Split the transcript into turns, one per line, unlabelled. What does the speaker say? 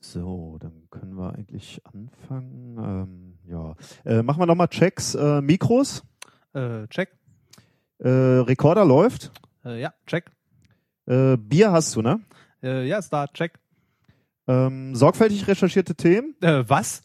So, dann können wir eigentlich anfangen. Ähm, ja, äh, machen wir nochmal Checks. Äh, Mikros,
Äh, check.
äh, Rekorder läuft.
Äh, ja, check.
Äh, Bier hast du, ne?
Äh, ja, ist da. Check.
Ähm, sorgfältig recherchierte Themen.
Äh, was?